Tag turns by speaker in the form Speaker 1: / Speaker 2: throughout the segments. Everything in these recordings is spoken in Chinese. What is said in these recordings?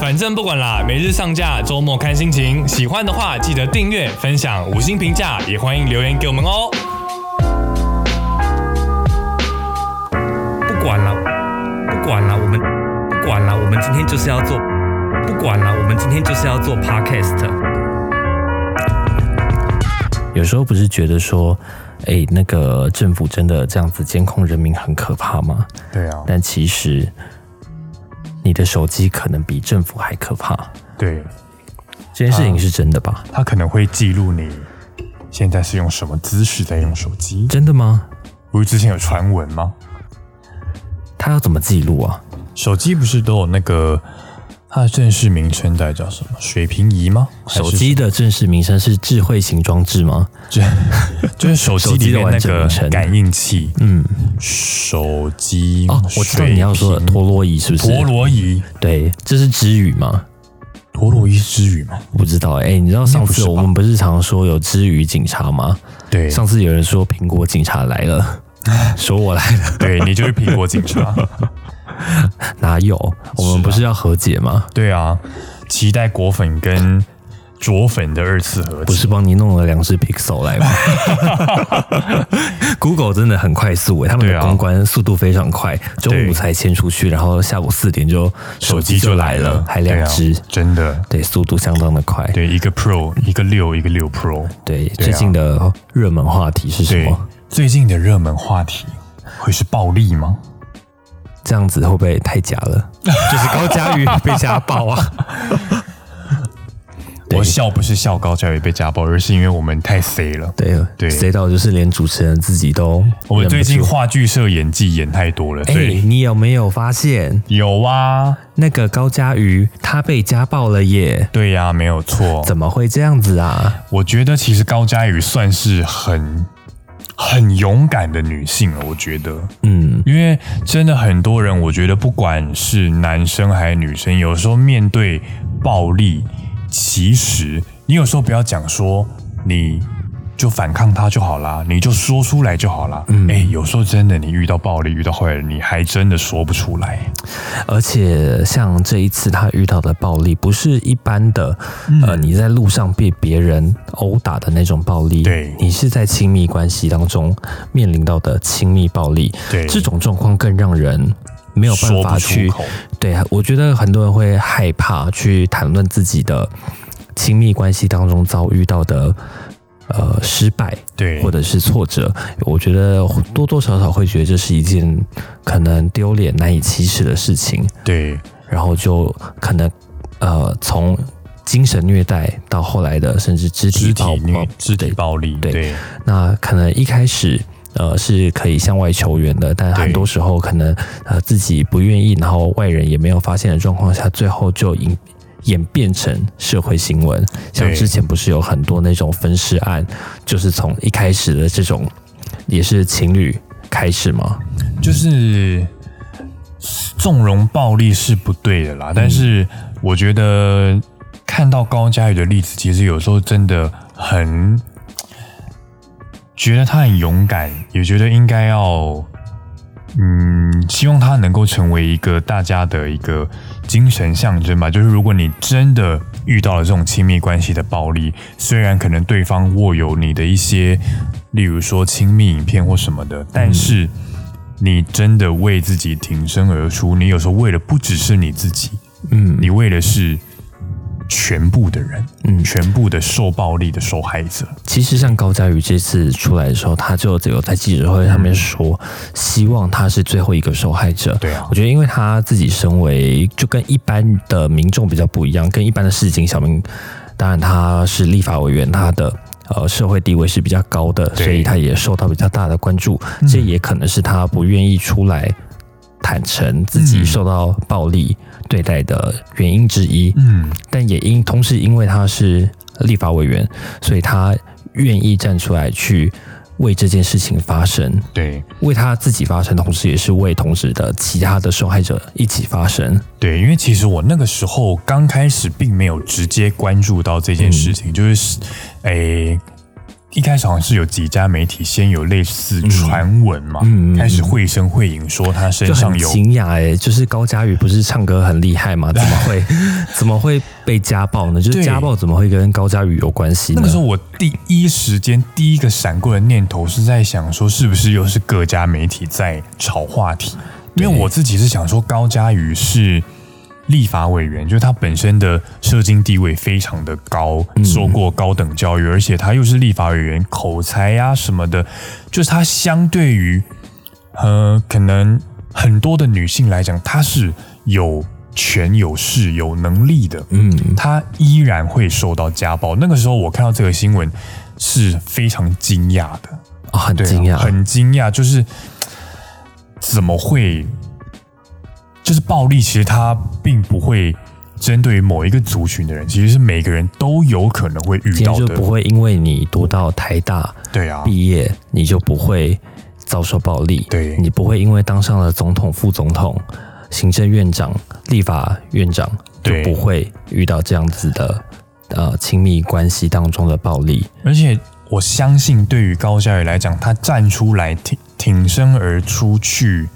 Speaker 1: 反正不管啦，每日上架，周末看心情。喜欢的话记得订阅、分享、五星评价，也欢迎留言给我们哦。
Speaker 2: 不管了，不管了，我们不管了，我们今天就是要做，不管了，我们今天就是要做 podcast。
Speaker 3: 有时候不是觉得说，哎、那个政府真的这样子监控人民很可怕吗？
Speaker 4: 对啊，
Speaker 3: 但其实，你的手机可能比政府还可怕。
Speaker 4: 对，
Speaker 3: 这件事
Speaker 4: 啊
Speaker 3: 情是真的吧？
Speaker 4: 它可能会记录你现在是用什么姿势在用手机。
Speaker 3: 真的吗？
Speaker 4: 不是之前有传闻吗？
Speaker 3: 他要怎么记录啊？
Speaker 4: 手机不是都有那个它的正式名称在叫什么水平仪吗？还是
Speaker 3: 手机的正式名称是智慧型装置吗？
Speaker 4: 就就是手机里面那
Speaker 3: 手机的完整
Speaker 4: 个
Speaker 3: 名称
Speaker 4: 感应器，嗯，手机
Speaker 3: 哦，我知道你要说的
Speaker 4: 水
Speaker 3: 陀螺仪是不是？
Speaker 4: 平陀螺仪，
Speaker 3: 对，这是知语吗？
Speaker 4: 陀螺仪之语吗？
Speaker 3: 我不知道。哎、你知道上次我们不是常说有知语警察吗？
Speaker 4: 对，
Speaker 3: 上次有人说苹果警察来了，说我来了，
Speaker 4: 对你就是苹果 警察，
Speaker 3: 哪有？我们不是要和解吗？
Speaker 4: 对啊，期待果粉跟卓粉的二次合
Speaker 3: 不是
Speaker 4: 体，
Speaker 3: 帮你弄了两只 Pixel 来吗 ？Google 真的很快速欸诶、他们
Speaker 4: 对
Speaker 3: 的
Speaker 4: 啊
Speaker 3: 公关速度非常快，中午
Speaker 4: 对
Speaker 3: 才签出去，然后下午四点就
Speaker 4: 手机
Speaker 3: 就
Speaker 4: 就
Speaker 3: 来
Speaker 4: 来了，
Speaker 3: 还两只
Speaker 4: 对，啊真的，
Speaker 3: 对，速度相当的快。
Speaker 4: 对，一个 Pro，一个六，一个六 Pro，
Speaker 3: 对，
Speaker 4: 啊
Speaker 3: 最近的热门话题是什
Speaker 4: 对
Speaker 3: 么？，
Speaker 4: 最近的热门话题会是暴力吗？
Speaker 3: 这样子会不会太假了？ 就是高佳宇被家暴啊！对
Speaker 4: 我笑不是笑高嘉宇被家暴，而是因为我们太 C 了。
Speaker 3: 对
Speaker 4: 对
Speaker 3: 塞到就是连主持人自己都
Speaker 4: 我们
Speaker 3: 忍不
Speaker 4: 最近
Speaker 3: 住
Speaker 4: 话剧社演技演太多了，
Speaker 3: 哎、
Speaker 4: 所以
Speaker 3: 你有没有发现
Speaker 4: 有啊，
Speaker 3: 那个高佳瑜她被家暴了耶？
Speaker 4: 对呀、没有错。
Speaker 3: 怎么会这样子啊？
Speaker 4: 我觉得其实高嘉宇算是很很勇敢的女性了，我觉得，
Speaker 3: 嗯，
Speaker 4: 因为真的很多人，我觉得不管是男生还是女生，有时候面对暴力，其实你有时候不要讲说你。就反抗他就好啦，你就说出来就好啦。哎、
Speaker 3: 嗯
Speaker 4: 有时候真的，你遇到暴力、遇到坏人，你还真的说不出来。
Speaker 3: 而且像这一次她遇到的暴力，不是一般的、
Speaker 4: 嗯
Speaker 3: 呃你在路上被别人殴打的那种暴力，
Speaker 4: 对
Speaker 3: 你是在亲密关系当中面临到的亲密暴力，
Speaker 4: 对
Speaker 3: 这种状况更让人。没有办
Speaker 4: 说
Speaker 3: 法
Speaker 4: 不出
Speaker 3: 去
Speaker 4: 口，
Speaker 3: 对，我觉得很多人会害怕去谈论自己的亲密关系当中遭遇到的呃失败，
Speaker 4: 对，
Speaker 3: 或者是挫折，我觉得多多少少会觉得这是一件可能丢脸、难以启齿的事情，
Speaker 4: 对，
Speaker 3: 然后就可能呃从精神虐待到后来的甚至肢体
Speaker 4: 肢体
Speaker 3: 暴
Speaker 4: 虐
Speaker 3: 暴、
Speaker 4: 肢体
Speaker 3: 对
Speaker 4: 暴力，
Speaker 3: 对
Speaker 4: 对
Speaker 3: 那可能一开始呃是可以向外求援的，但很
Speaker 4: 对
Speaker 3: 多时候可能呃自己不愿意，然后外人也没有发现的状况下，最后就演演变成社会新闻。像
Speaker 4: 对
Speaker 3: 之前不是有很多那种分尸案，就是从一开始的这种也是情侣开始吗？
Speaker 4: 就是纵容暴力是不对的啦。但是我觉得看到高佳宇的例子，其实有时候真的很觉得他很勇敢，也觉得应该要。嗯，希望他能够成为一个大家的一个精神象征吧。就是如果你真的遇到了这种亲密关系的暴力，虽然可能对方握有你的一些，例如说亲密影片或什么的，但是你真的为自己挺身而出。你有时候为了不只是你自己，
Speaker 3: 嗯，
Speaker 4: 你为的是全部的人，嗯，全部的受暴力的受害者。
Speaker 3: 其实像高佳宇这次出来的时候，他就有在记者会上面说，希望他是最后一个受害者。
Speaker 4: 对啊
Speaker 3: 我觉得因为他自己身为就跟一般的民众比较不一样，跟一般的市井小民，当然他是立法委员，他的。呃，社会地位是比较高的，
Speaker 4: 对
Speaker 3: 所以他也受到比较大的关注。
Speaker 4: 嗯
Speaker 3: 这也可能是他不愿意出来坦诚自己
Speaker 4: 嗯
Speaker 3: 受到暴力对待的原因之一。
Speaker 4: 嗯，
Speaker 3: 但也因同时因为他是立法委员，所以他愿意站出来去为这件事情发声，
Speaker 4: 对。
Speaker 3: 为他自己发声，同时也是为同时的其他的受害者一起发声。
Speaker 4: 对，因为其实我那个时候
Speaker 3: 嗯
Speaker 4: 刚开始并没有直接关注到这件事情，就是，诶、一开始好像是有几家媒体先有类似传闻嘛，
Speaker 3: 嗯嗯嗯
Speaker 4: 开始绘声绘影说他身
Speaker 3: 就
Speaker 4: 上
Speaker 3: 很
Speaker 4: 有
Speaker 3: 惊讶哎，就是高佳宇不是唱歌很厉害吗？怎么会怎么会被家暴呢？就是
Speaker 4: 对
Speaker 3: 家暴怎么会跟高佳宇有关系呢？
Speaker 4: 那个时候我第一时间第一个闪过的念头是在想说，是不是又是各家媒体在炒话题？因为我自己是想说，高嘉瑜是立法委员，就是他本身的社经地位非常的高，受过高等教育，而且他又是立法委员，口才呀、什么的，就是他相对于呃，可能很多的女性来讲，她是有权有势有能力的，
Speaker 3: 嗯，
Speaker 4: 她依然会受到家暴。那个时候我看到这个新闻是非常惊讶的，
Speaker 3: 哦很
Speaker 4: 对啊、
Speaker 3: 惊讶，
Speaker 4: 很惊讶，就是怎么会？就是暴力，其实它并不会针对于某一个族群的人，其实是每个人都有可能会遇
Speaker 3: 今
Speaker 4: 到
Speaker 3: 天就
Speaker 4: 的
Speaker 3: 不。会因为你读到台大
Speaker 4: 对啊，
Speaker 3: 毕业，你就不会遭受暴力，
Speaker 4: 对
Speaker 3: 你不会因为当上了总统、副总统、行政院长、立法院长，就
Speaker 4: 对
Speaker 3: 不会遇到这样子的呃亲密关系当中的暴力。
Speaker 4: 而且我相信，对于高嘉宇来讲，他站出来挺挺身而出去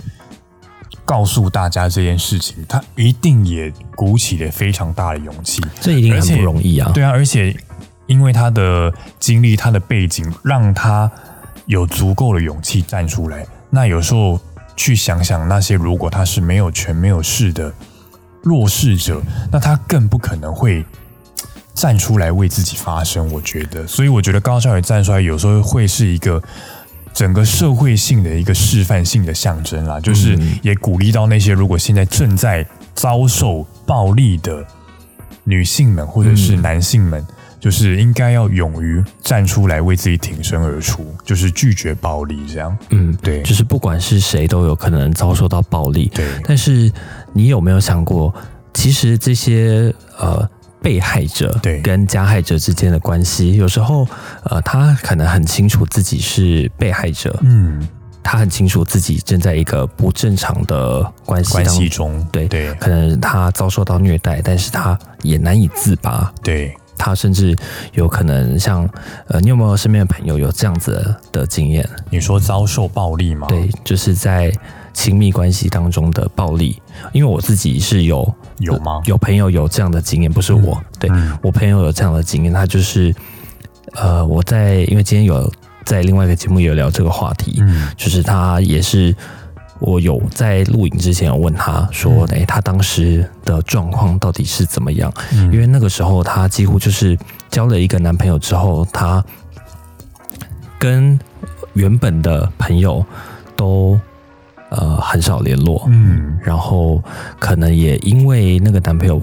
Speaker 4: 告诉大家这件事情，他一定也鼓起了非常大的勇气。
Speaker 3: 这一定
Speaker 4: 而
Speaker 3: 很
Speaker 4: 且
Speaker 3: 不容易啊！
Speaker 4: 对啊，而且因为他的经历、他的背景，让他有足够的勇气站出来。那有时候去想想那些如果他是没有权没有势的弱势者，那他更不可能会。站出来为自己发声，我觉得，所以我觉得高少宇站出来有时候会是一个整个社会性的一个示范性的象征啦，就是也鼓励到那些如果现在正在遭受暴力的女性们或
Speaker 3: 嗯
Speaker 4: 者是男性们，就是应该要勇于站出来为自己挺身而出，就是拒绝暴力这样。
Speaker 3: 嗯，
Speaker 4: 对
Speaker 3: 就是不管是谁都有可能遭受到暴力。
Speaker 4: 对
Speaker 3: 但是你有没有想过，其实这些呃被害者
Speaker 4: 对
Speaker 3: 跟加害者之间的关系，有时候呃他可能很清楚自己是被害者，
Speaker 4: 嗯，
Speaker 3: 他很清楚自己正在一个不正常的关系
Speaker 4: 关
Speaker 3: 当
Speaker 4: 系
Speaker 3: 中，
Speaker 4: 中，
Speaker 3: 对
Speaker 4: 对
Speaker 3: 可能他遭受到虐待，但是他也难以自拔。
Speaker 4: 对，
Speaker 3: 他甚至有可能像呃，你有没有身边的朋友有这样子的的经验？
Speaker 4: 你说遭受暴力吗？
Speaker 3: 对，就是在亲密关系当中的暴力。因为我自己是有呃
Speaker 4: 有吗
Speaker 3: 有朋友有这样的经验，不是我，对、
Speaker 4: 嗯
Speaker 3: 我朋友有这样的经验，他就是呃，我在因为今天有在另外一个节目有聊这个话题，
Speaker 4: 嗯
Speaker 3: 就是他也是。我有在录影之前有问他说：“哎、他当时的状况到底是怎么样？”
Speaker 4: 嗯
Speaker 3: 因为那个时候她几乎就是交了一个男朋友之后，她跟原本的朋友都呃很少联络，
Speaker 4: 嗯
Speaker 3: 然后可能也因为那个男朋友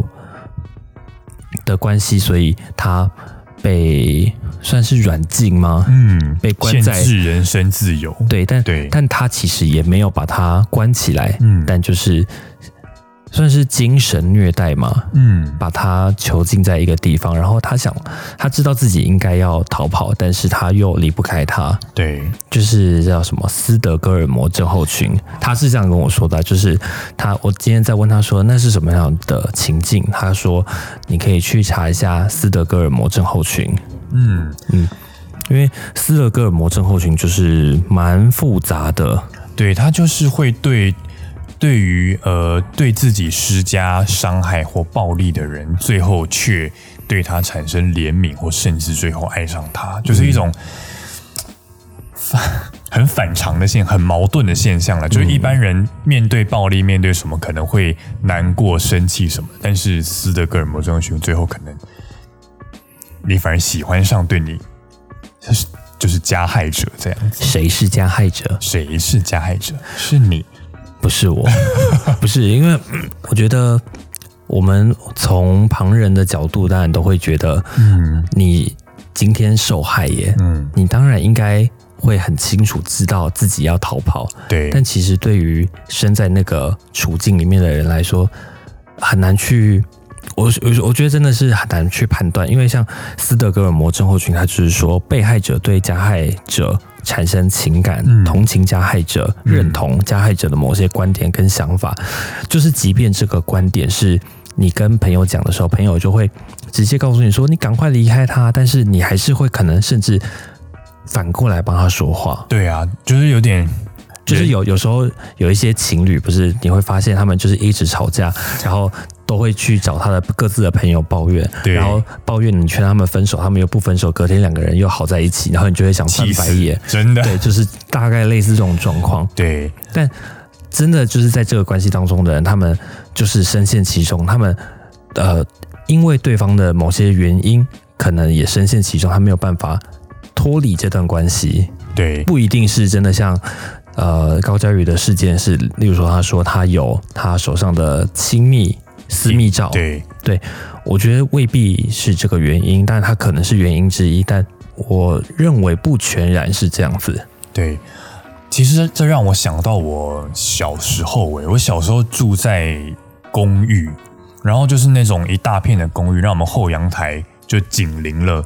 Speaker 3: 的关系，所以她被算是软禁吗？
Speaker 4: 嗯，
Speaker 3: 被关
Speaker 4: 限
Speaker 3: 在
Speaker 4: 制人身自由。
Speaker 3: 对，但
Speaker 4: 对
Speaker 3: 但她其实也没有把她关起来，
Speaker 4: 嗯
Speaker 3: 但就是算是精神虐待嘛，
Speaker 4: 嗯，
Speaker 3: 把他囚禁在一个地方，然后他想，他知道自己应该要逃跑，但是他又离不开他，
Speaker 4: 对，
Speaker 3: 就是叫什么斯德哥尔摩症候群，他是这样跟我说的，就是他，我今天在问他说那是什么样的情境，他说你可以去查一下斯德哥尔摩症候群，
Speaker 4: 嗯，
Speaker 3: 因为斯德哥尔摩症候群就是蛮复杂的，
Speaker 4: 对他就是会对。对于呃对自己施加伤害或暴力的人，最后却对他产生怜悯，或甚至最后爱上他，就是一种很反常的现，很矛盾的现象了。就是一般人面对暴力，面对什么可能会难过、生气什么，但是斯德哥尔摩症候群最后可能你反而喜欢上对你，就是就是加害者这样子。
Speaker 3: 谁是加害者？
Speaker 4: 谁是加害者？是你。
Speaker 3: 不是我， 不是因为嗯我觉得我们从旁人的角度，当然都会觉得，
Speaker 4: 嗯
Speaker 3: 你今天受害耶，
Speaker 4: 嗯，
Speaker 3: 你当然应该会很清楚知道自己要逃跑，
Speaker 4: 对，
Speaker 3: 但其实对于身在那个处境里面的人来说，很难去。我我我觉得真的是很难去判断，因为像斯德哥尔摩症候群，它就是说被害者对加害者产生情感、
Speaker 4: 嗯
Speaker 3: 同情加害者，认同加害者的某些观点跟想法，就是即便这个观点是你跟朋友讲的时候，朋友就会直接告诉你说你赶快离开他，但是你还是会可能甚至反过来帮他说话。
Speaker 4: 对啊，就是有点
Speaker 3: 就是有有时候有一些情侣，不是你会发现他们就是一直吵架，然后都会去找他的各自的朋友抱怨，
Speaker 4: 对
Speaker 3: 然后抱怨你劝他们分手，他们又不分手，隔天两个人又好在一起，然后你就会想翻
Speaker 4: 气
Speaker 3: 白
Speaker 4: 死
Speaker 3: 眼，，
Speaker 4: 真的
Speaker 3: 对，就是大概类似这种状 况。
Speaker 4: 对
Speaker 3: 但真的就是在这个关系当中的人，他们就是深陷其中，他们呃，因为对方的某些原因，可能也深陷其中，他没有办法脱离这段关系。
Speaker 4: 对
Speaker 3: 不一定是真的像呃高佳宇的事件是，例如说他说他有他手上的亲密私密照，
Speaker 4: 对
Speaker 3: 我觉得未必是这个原因，但他可能是原因之一，但我认为不全然是这样子。
Speaker 4: 对。其实这让我想到我小时候、欸，我小时候住在公寓，然后就是那种一大片的公寓，让我们后阳台就紧邻了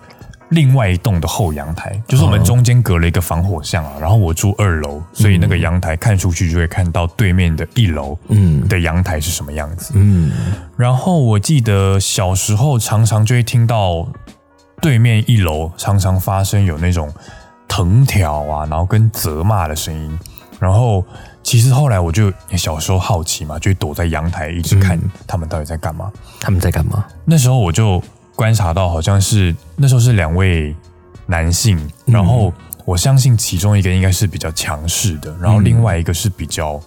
Speaker 4: 另外一栋的后阳台，就是我们中间隔了一个防火巷啊。然后我住二楼，所以那个阳台看出去就会看到对面的一楼
Speaker 3: 嗯
Speaker 4: 的阳台是什么样子。
Speaker 3: 嗯，
Speaker 4: 然后我记得小时候常常就会听到对面一楼常常发生有那种藤条啊，然后跟责骂的声音。然后其实后来我就小时候好奇嘛，就躲在阳台一直看他们到底在干嘛。
Speaker 3: 他们在干嘛？
Speaker 4: 那时候我就观察到，好像是那时候是两位男性，然后我相信其中一个应该是比较强势的，然后另外一个是比较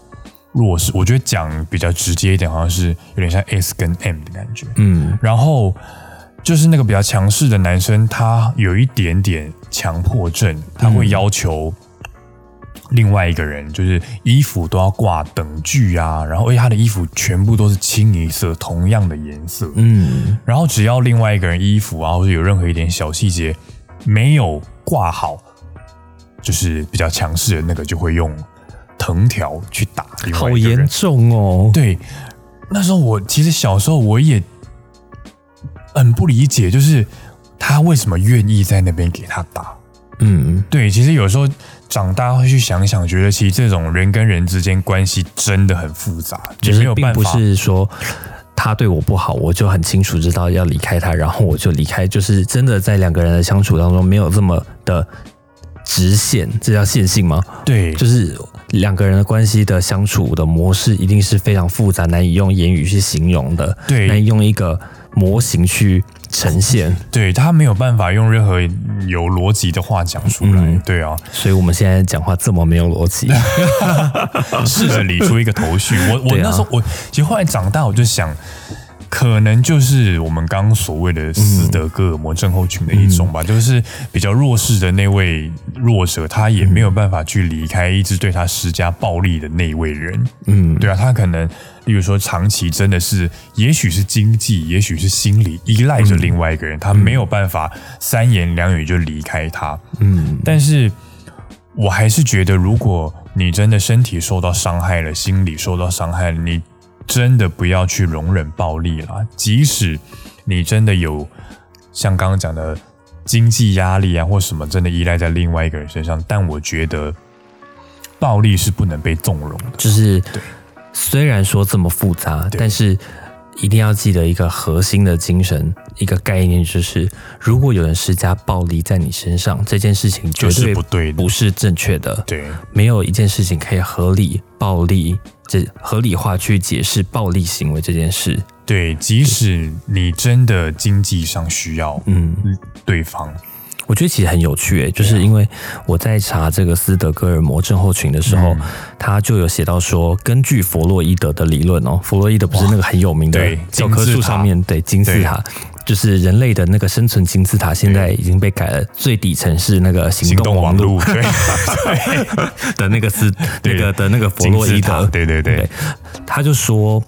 Speaker 4: 弱势。我觉得讲比较直接一点，好像是有点像 S 跟 M 的感觉。
Speaker 3: 嗯
Speaker 4: 然后就是那个比较强势的男生，他有一点点强迫症，他会要求另外一个人，就是衣服都要挂等距啊，然后而且他的衣服全部都是清一色同样的颜色，
Speaker 3: 嗯
Speaker 4: 然后只要另外一个人衣服啊，或者有任何一点小细节没有挂好，就是比较强势的那个就会用藤条去打另外
Speaker 3: 好
Speaker 4: 一个人
Speaker 3: 严。重哦。
Speaker 4: 对，那时候我其实小时候我也很不理解，就是他为什么愿意在那边给他打。
Speaker 3: 嗯，
Speaker 4: 对，其实有时候长大会去想想，觉得其实这种人跟人之间关系真的很复杂，
Speaker 3: 就
Speaker 4: 也没
Speaker 3: 是
Speaker 4: 有
Speaker 3: 并
Speaker 4: 办
Speaker 3: 不
Speaker 4: 法。
Speaker 3: 是说他对我不好，我就很清楚知道要离开他，然后我就离开。就是真的在两个人的相处当中，没有这么的直线，这叫线性吗？
Speaker 4: 对，
Speaker 3: 就是两个人的关系的相处的模式，一定是非常复杂，难以用言语去形容的，
Speaker 4: 对
Speaker 3: 难以用一个模型去呈现。
Speaker 4: 对他没有办法用任何有逻辑的话讲出来。
Speaker 3: 嗯
Speaker 4: 对啊，
Speaker 3: 所以我们现在讲话这么没有逻 辑。
Speaker 4: 试着理出一个头绪。 我我
Speaker 3: 啊对啊
Speaker 4: 那时候我其实后来长大，我就想，可能就是我们刚刚所谓的斯德哥尔摩症候群的一种
Speaker 3: 嗯
Speaker 4: 吧，就是比较弱势的那位弱者，他也没有办法去离开一直对他施加暴力的那一位人。
Speaker 3: 嗯，
Speaker 4: 对啊，他可能，例如说，长期真的是，也许是经济，也许是心理依赖
Speaker 3: 嗯
Speaker 4: 着另外一个人，他没有办法三言两语就离开他。
Speaker 3: 嗯，
Speaker 4: 但是我还是觉得，如果你真的身体受到伤害了，心理受到伤害了，你真的不要去容忍暴力啦。即使你真的有像刚刚讲的经济压力啊，或什么，真的依赖在另外一个人身上，但我觉得暴力是不能被纵容的。
Speaker 3: 就是虽然说这么复杂，
Speaker 4: 对
Speaker 3: 但是一定要记得一个核心的精神，一个概念就是，如果有人施加暴力在你身上，这件事情绝
Speaker 4: 就是
Speaker 3: 对
Speaker 4: 不对的
Speaker 3: 不是正确的。
Speaker 4: 对
Speaker 3: 没有一件事情可以合理暴力这合理化去解释暴力行为这件事。
Speaker 4: 对，即使你真的经济上需要
Speaker 3: 嗯，
Speaker 4: 对方，
Speaker 3: 我觉得其实很有趣、诶，
Speaker 4: 啊
Speaker 3: 就是因为我在查这个斯德哥尔摩症候群的时候，
Speaker 4: 嗯
Speaker 3: 他就有写到说，根据弗洛伊德的理论哦，弗洛伊德不是那个很有名的
Speaker 4: 对
Speaker 3: 教科
Speaker 4: 金字
Speaker 3: 书
Speaker 4: 塔
Speaker 3: 上面对金字塔，就是人类的那个生存金字塔，现在已经被改了，最底层是那个行
Speaker 4: 行
Speaker 3: 动
Speaker 4: 动
Speaker 3: 网
Speaker 4: 网
Speaker 3: 络
Speaker 4: 络， 对
Speaker 3: 的那个斯那
Speaker 4: 对
Speaker 3: 个的那个弗
Speaker 4: 金
Speaker 3: 洛
Speaker 4: 字
Speaker 3: 伊
Speaker 4: 塔，
Speaker 3: 德，
Speaker 4: 对对对
Speaker 3: 对，他就说，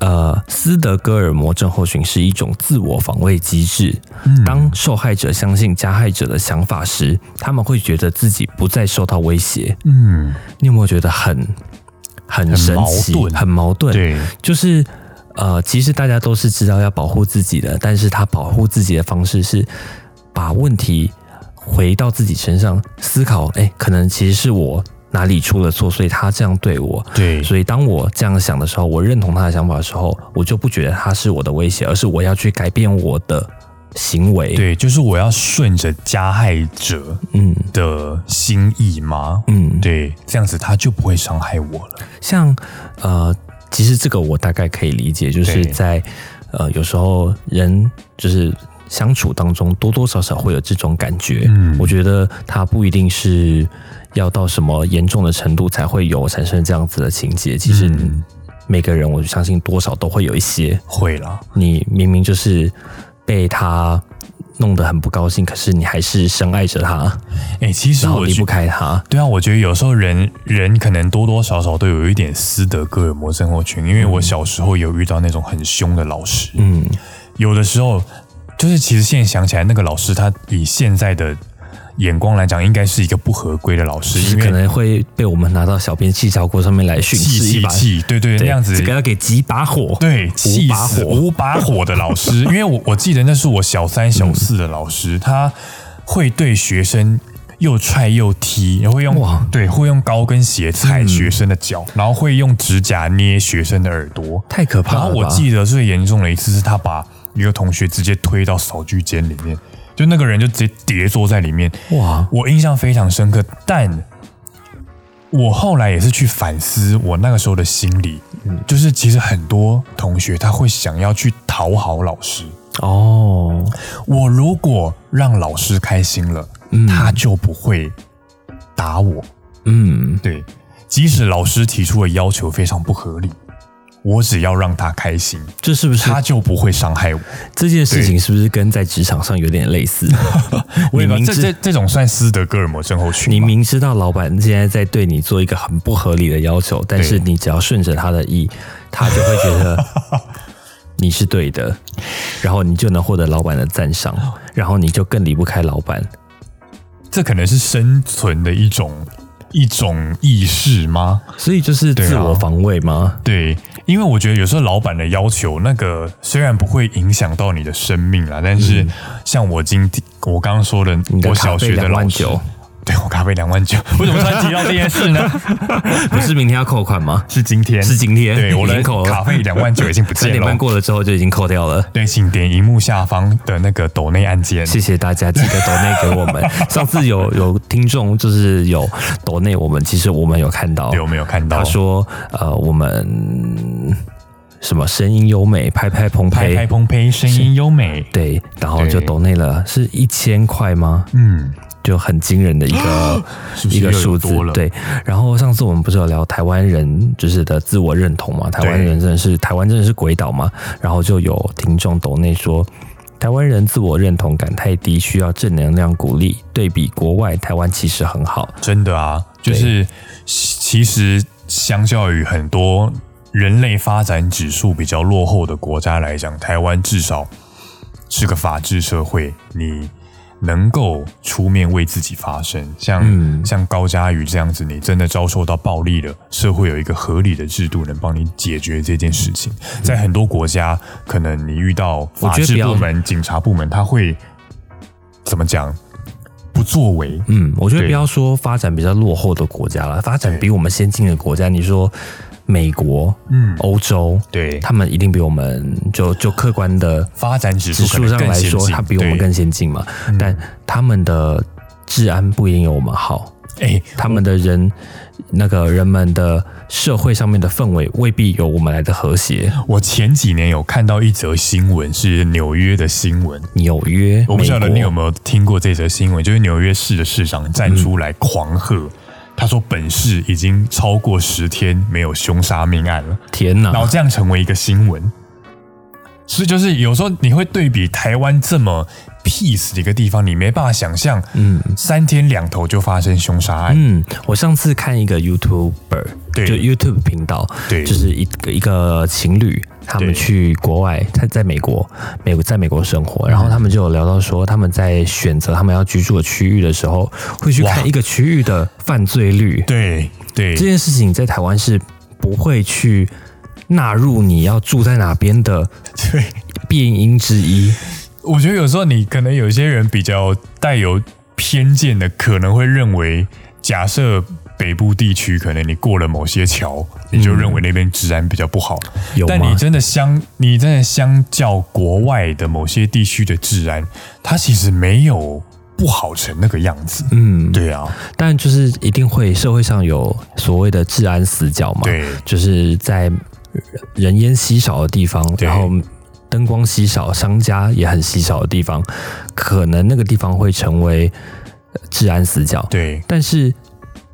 Speaker 3: 呃，斯德哥尔摩症候群是一种自我防卫机制。
Speaker 4: 嗯
Speaker 3: 当受害者相信加害者的想法时，他们会觉得自己不再受到威胁。
Speaker 4: 嗯，
Speaker 3: 你有没有觉得很很神奇、
Speaker 4: 很矛盾
Speaker 3: 很矛盾？
Speaker 4: 对，
Speaker 3: 就是呃，其实大家都是知道要保护自己的，但是他保护自己的方式是把问题回到自己身上思考，哎、可能其实是我哪里出了错，所以他这样对我。
Speaker 4: 对
Speaker 3: 所以当我这样想的时候，我认同他的想法的时候，我就不觉得他是我的威胁，而是我要去改变我的行为，，
Speaker 4: 对，就是我要顺着加害者
Speaker 3: 嗯
Speaker 4: 的心意吗？
Speaker 3: 嗯，
Speaker 4: 对，这样子他就不会伤害我了。
Speaker 3: 像呃，其实这个我大概可以理解，就是
Speaker 4: 对
Speaker 3: 在呃有时候人就是相处当中多多少少会有这种感觉。
Speaker 4: 嗯
Speaker 3: 我觉得它不一定是要到什么严重的程度才会有产生这样子的情节。其实
Speaker 4: 嗯
Speaker 3: 每个人，我相信多少都会有一些，
Speaker 4: 会啦，
Speaker 3: 你明明就是被他。弄得很不高兴，可是你还是深爱着他，
Speaker 4: 哎、其实
Speaker 3: 嗯然后
Speaker 4: 我
Speaker 3: 离
Speaker 4: 觉
Speaker 3: 不开他。
Speaker 4: 对啊，我觉得有时候人人可能多多少少都有一点斯德哥尔摩症候群，因为我小时候有遇到那种很凶的老师，
Speaker 3: 嗯
Speaker 4: 有的时候就是其实现在想起来，那个老师他以现在的眼光来讲，应该是一个不合规的老师，
Speaker 3: 就是
Speaker 4: 因
Speaker 3: 可
Speaker 4: 为
Speaker 3: 能会被我们拿到小编气小锅上面来训
Speaker 4: 气
Speaker 3: 斥一
Speaker 4: 气
Speaker 3: 把。
Speaker 4: 气，对对，那
Speaker 3: 对
Speaker 4: 样子
Speaker 3: 这个要给几把火。
Speaker 4: 对，气
Speaker 3: 把
Speaker 4: 死
Speaker 3: 火
Speaker 4: 五把火的老师，因为我我记得那是我小三
Speaker 3: 嗯
Speaker 4: 小四的老师，他会对学生又踹又踢，也会用
Speaker 3: 哇嗯
Speaker 4: 对会用高跟鞋踩学生的脚，然后会用指甲捏学生的耳朵，
Speaker 3: 太可怕
Speaker 4: 然
Speaker 3: 了吧
Speaker 4: 后我记得最严重的一次是他把一个同学直接推到扫具间里面，就那个人就直接跌坐在里面，
Speaker 3: 哇，
Speaker 4: 我印象非常深刻，但我后来也是去反思我那个时候的心理，
Speaker 3: 嗯
Speaker 4: 就是其实很多同学他会想要去讨好老师。
Speaker 3: 哦，
Speaker 4: 我如果让老师开心了，他就不会打我。
Speaker 3: 嗯，
Speaker 4: 对，即使老师提出的要求非常不合理，我只要让他开心，
Speaker 3: 这是不是
Speaker 4: 他就不会伤害我。
Speaker 3: 这件事情是不是跟在职场上有点类似？
Speaker 4: 我
Speaker 3: 你
Speaker 4: 也不知
Speaker 3: 明
Speaker 4: 道这这
Speaker 3: 知
Speaker 4: 这种算斯德哥尔摩症候群吧。
Speaker 3: 你明知道老板现在在对你做一个很不合理的要求，但是你只要顺着他的 意，他就会觉得你是对的，然后你就能获得老板的赞赏，
Speaker 4: 哦
Speaker 3: 然后你就更离不开老板。
Speaker 4: 这可能是生存的一种一种意识吗？
Speaker 3: 所以就是
Speaker 4: 对啊
Speaker 3: 自我防卫吗？
Speaker 4: 对，因为我觉得有时候老板的要求，那个虽然不会影响到你的生命啦，但是像我今天我刚刚说的
Speaker 3: 嗯你，的
Speaker 4: 我
Speaker 3: 咖
Speaker 4: 小
Speaker 3: 啡
Speaker 4: 学的
Speaker 3: 两
Speaker 4: 老
Speaker 3: 万
Speaker 4: 师
Speaker 3: 九，
Speaker 4: 对我咖啡两万九，为什么突然提到 这件事呢？
Speaker 3: 不是明天要扣款吗？
Speaker 4: 是今天，
Speaker 3: 是今天
Speaker 4: 对我
Speaker 3: 已
Speaker 4: 的
Speaker 3: 经扣了
Speaker 4: 咖啡两万九已经不
Speaker 3: 三
Speaker 4: 见
Speaker 3: 点半
Speaker 4: 了。
Speaker 3: 过了之后就已经扣掉了。
Speaker 4: 对，请点荧幕下方的那个抖内按键。
Speaker 3: 谢谢大家，记得抖内给我们。上次有有听众就是有抖内我们，其实我们有看到，
Speaker 4: 对，我没有看到。
Speaker 3: 他说呃我们什么声音优美，拍拍澎
Speaker 4: 拍
Speaker 3: 湃，
Speaker 4: 拍蓬佩，声音优美。
Speaker 3: 对，然后就
Speaker 4: 对
Speaker 3: 抖内了，是一千块吗？
Speaker 4: 嗯，
Speaker 3: 就很惊人的一个
Speaker 4: 是啊不是
Speaker 3: 一个
Speaker 4: 又有
Speaker 3: 数字
Speaker 4: 多了，
Speaker 3: 对。然后上次我们不是有聊台湾人就是的自我认同嘛？台湾
Speaker 4: 对
Speaker 3: 人真的是台湾真的是鬼岛嘛？然后就有听众抖内说，台湾人自我认同感太低，需要正能量鼓励。对比国外，台湾其实很好。
Speaker 4: 真的啊，就是其实相较于很多人类发展指数比较落后的国家来讲，台湾至少是个法治社会，你能够出面为自己发声。像、
Speaker 3: 嗯
Speaker 4: 像高佳瑜这样子，你真的遭受到暴力了，社会有一个合理的制度能帮你解决这件事情。在很多国家，可能你遇到
Speaker 3: 嗯我
Speaker 4: 法
Speaker 3: 觉得
Speaker 4: 制
Speaker 3: 不要
Speaker 4: 部门、警察部门，他会怎么讲？不作为，
Speaker 3: 嗯，我觉得
Speaker 4: 对
Speaker 3: 不要说发展比较落后的国家了，发展
Speaker 4: 对
Speaker 3: 比我们先进的国家，你说美国、
Speaker 4: 嗯，
Speaker 3: 欧洲，
Speaker 4: 对，
Speaker 3: 他们一定比我们就就客观的
Speaker 4: 发展指
Speaker 3: 指
Speaker 4: 数
Speaker 3: 数
Speaker 4: 可能
Speaker 3: 上
Speaker 4: 更
Speaker 3: 来
Speaker 4: 先
Speaker 3: 说，
Speaker 4: 进
Speaker 3: 它比我们
Speaker 4: 对
Speaker 3: 更先进嘛，但他们的治安不一定有我们好，
Speaker 4: 哎、
Speaker 3: 他们的人那个人们的社会上面的氛围未必有我们来的和谐。
Speaker 4: 我前几年有看到一则新闻，是纽约的新闻。
Speaker 3: 纽约，
Speaker 4: 我不晓得
Speaker 3: 美国
Speaker 4: 你有没有听过这则新闻，就是纽约市的市长站出来狂喝，
Speaker 3: 嗯
Speaker 4: 他说本市已经超过十天没有凶杀命案了，
Speaker 3: 天
Speaker 4: 然后
Speaker 3: 哪，
Speaker 4: 这样成为一个新闻。是，就是有时候你会对比台湾这么 peace 的一个地方，你没办法想象，嗯，三天两头就发生凶杀案，
Speaker 3: 嗯，我上次看一个 YouTuber，
Speaker 4: 对
Speaker 3: 就 YouTube 频道，
Speaker 4: 对
Speaker 3: 就是一个一个情侣，他们
Speaker 4: 对
Speaker 3: 去国外，他在美国，美国在美国生
Speaker 4: 嗯
Speaker 3: 活，然后他们就有聊到说，他们在选择他们要居住的区域的时候，会去
Speaker 4: 哇
Speaker 3: 看一个区域的犯罪率，
Speaker 4: 对对
Speaker 3: 这件事情在台湾是不会去纳入你要住在哪边的
Speaker 4: 对，
Speaker 3: 变因之一。
Speaker 4: 我觉得有时候你可能有些人比较带有偏见的，可能会认为，假设北部地区，可能你过了某些桥，你就认为那边治安比较不好。
Speaker 3: 有
Speaker 4: 但
Speaker 3: 吗
Speaker 4: 你真的相，你真的相较国外的某些地区的治安，它其实没有不好成那个样子。
Speaker 3: 嗯，
Speaker 4: 对啊，
Speaker 3: 但就是一定会社会上有所谓的治安死角嘛，
Speaker 4: 对
Speaker 3: 就是在人烟稀少的地方，
Speaker 4: 对
Speaker 3: 然后灯光稀少，商家也很稀少的地方，可能那个地方会成为呃治安死角。
Speaker 4: 对
Speaker 3: 但是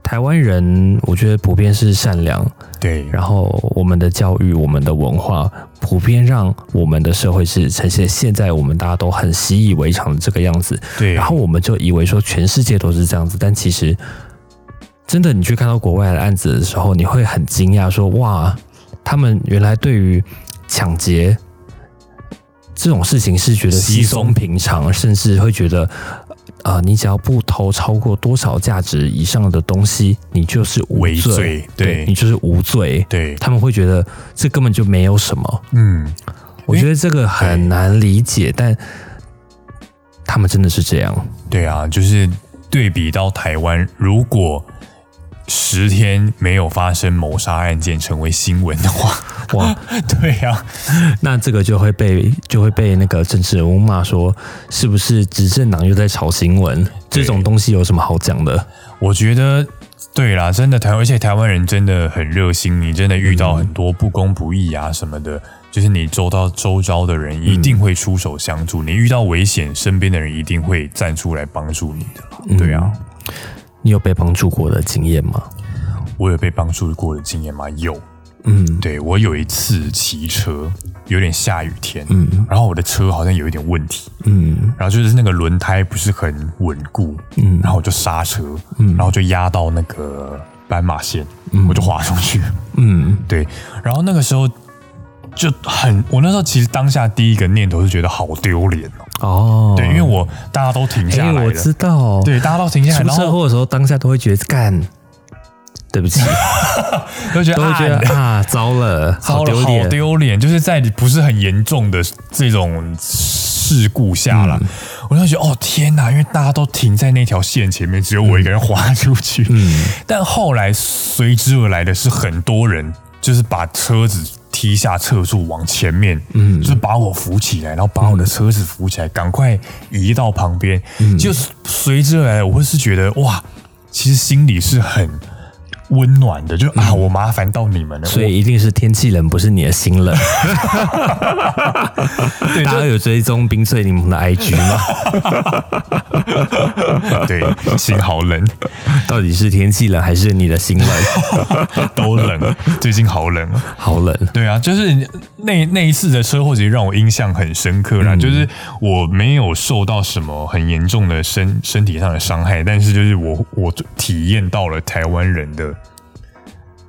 Speaker 3: 台湾人，我觉得普遍是善良，
Speaker 4: 对，
Speaker 3: 然后我们的教育、我们的文化，普遍让我们的社会是呈现现在我们大家都很习以为常的这个样子。
Speaker 4: 对，
Speaker 3: 然后我们就以为说全世界都是这样子，但其实真的你去看到国外的案子的时候，你会很惊讶说哇，他们原来对于抢劫这种事情是觉得稀
Speaker 4: 稀
Speaker 3: 松
Speaker 4: 松
Speaker 3: 平常，甚至会觉得。呃，你只要不偷超过多少价值以上的东西，你就是无
Speaker 4: 伪
Speaker 3: 罪，
Speaker 4: 罪对
Speaker 3: 你就是无罪。
Speaker 4: 对，
Speaker 3: 他们会觉得这根本就没有什么。
Speaker 4: 嗯，
Speaker 3: 我觉得这个很难理解，但他们真的是这样。
Speaker 4: 对啊，就是对比到台湾，如果十天没有发生谋杀案件成为新闻的话，
Speaker 3: 哇，
Speaker 4: 对啊，
Speaker 3: 那这个就会被就会被那个政治人物骂说，是不是执政党又在炒新闻？这种东西有什么好讲的？
Speaker 4: 我觉得对啦，真的台，而且台湾人真的很热心，你真的遇到很多不公不义啊什么的，就是你周到周遭的人一定会出手相助，你遇到危险，身边的人一定会站出来帮助你的啦。对啊，
Speaker 3: 你有被帮助过的经验吗？
Speaker 4: 我有被帮助过的经验吗？有，
Speaker 3: 嗯
Speaker 4: 对我有一次骑车，有点下雨天，
Speaker 3: 嗯
Speaker 4: 然后我的车好像有一点问题，
Speaker 3: 嗯
Speaker 4: 然后就是那个轮胎不是很稳固，
Speaker 3: 嗯
Speaker 4: 然后我就刹车，然后就压到那个斑马线，我就滑出去，
Speaker 3: 嗯
Speaker 4: 对，然后那个时候就很，我那时候其实当下第一个念头是觉得好丢脸哦，
Speaker 3: 哦，
Speaker 4: 对，因为我大家都停下
Speaker 3: 哎、
Speaker 4: 来
Speaker 3: 我
Speaker 4: 了
Speaker 3: 知，道，，
Speaker 4: 对，大家都停下来，
Speaker 3: 出
Speaker 4: 然
Speaker 3: 车
Speaker 4: 后
Speaker 3: 祸的时候当下都会觉得干， 对不起，
Speaker 4: 就觉得
Speaker 3: 都会觉
Speaker 4: 啊
Speaker 3: 得 啊，糟了，
Speaker 4: 糟
Speaker 3: 好
Speaker 4: 了
Speaker 3: 丢
Speaker 4: 好
Speaker 3: 脸，
Speaker 4: 丢脸，就是在你不是很严重的这种事故下了，
Speaker 3: 嗯
Speaker 4: 我就觉得哦天哪，因为大家都停在那条线前面，只有我一个
Speaker 3: 嗯
Speaker 4: 人滑出去。但后来随之而来的是很多人就是把车子踢下侧柱往前面，嗯，就是把我扶起来，然后把我
Speaker 3: 嗯
Speaker 4: 的车子扶起来，赶快移到旁边。就是随之而来，我会是觉得哇，其实心里是很。温暖的，就啊，我麻烦到你们了，
Speaker 3: 嗯所
Speaker 4: 我
Speaker 3: 以一定是天气冷，不是你的心 冷。大家有追踪冰碎柠檬的 IG 吗？
Speaker 4: 对，心好 冷，
Speaker 3: 到底是天气冷还是你的心冷？
Speaker 4: 都冷，最近好冷。
Speaker 3: 好冷，
Speaker 4: 对啊，就是那那一次的车祸，其实让我印象很深刻啦。就是我没有受到什么很严重的身身体上的伤害，但是就是我我体验到了台湾人的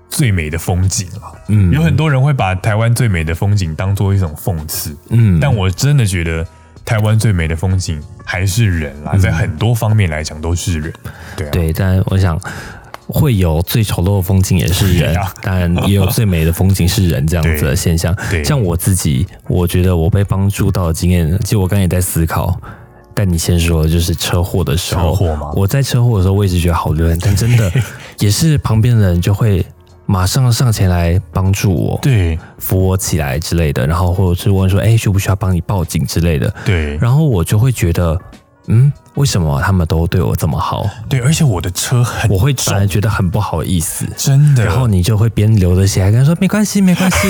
Speaker 4: 最美的风景啦。嗯，有很多人会把台湾最美的风景当做一种讽刺，
Speaker 3: 嗯，
Speaker 4: 但我真的觉得台湾最美的风景还是人啦，在很多方面来讲都是人。嗯对啊，
Speaker 3: 对，但我想会有最丑陋的风景也是人
Speaker 4: 对啊，
Speaker 3: 当然也有最美的风景是人这样子的现象。
Speaker 4: 对
Speaker 3: 像我自己，我觉得我被帮助到的经验，其实我刚才也在思考。但你先说，就是车祸的时候，
Speaker 4: 车祸吗
Speaker 3: 我在车祸的时候，我也是觉得好丢 人，但真的也是旁边的人就会马上上前来帮助我，
Speaker 4: 对
Speaker 3: 扶我起来之类的，然后或者是问说，哎、需不需要帮你报警之类的，
Speaker 4: 对，
Speaker 3: 然后我就会觉得，嗯，为什么他们都对我这么好？
Speaker 4: 对，而且我的车很
Speaker 3: 我会突
Speaker 4: 重，
Speaker 3: 然觉得很不好意思。
Speaker 4: 真的。
Speaker 3: 然后你就会边流着血，还跟他说没关系，没关 系。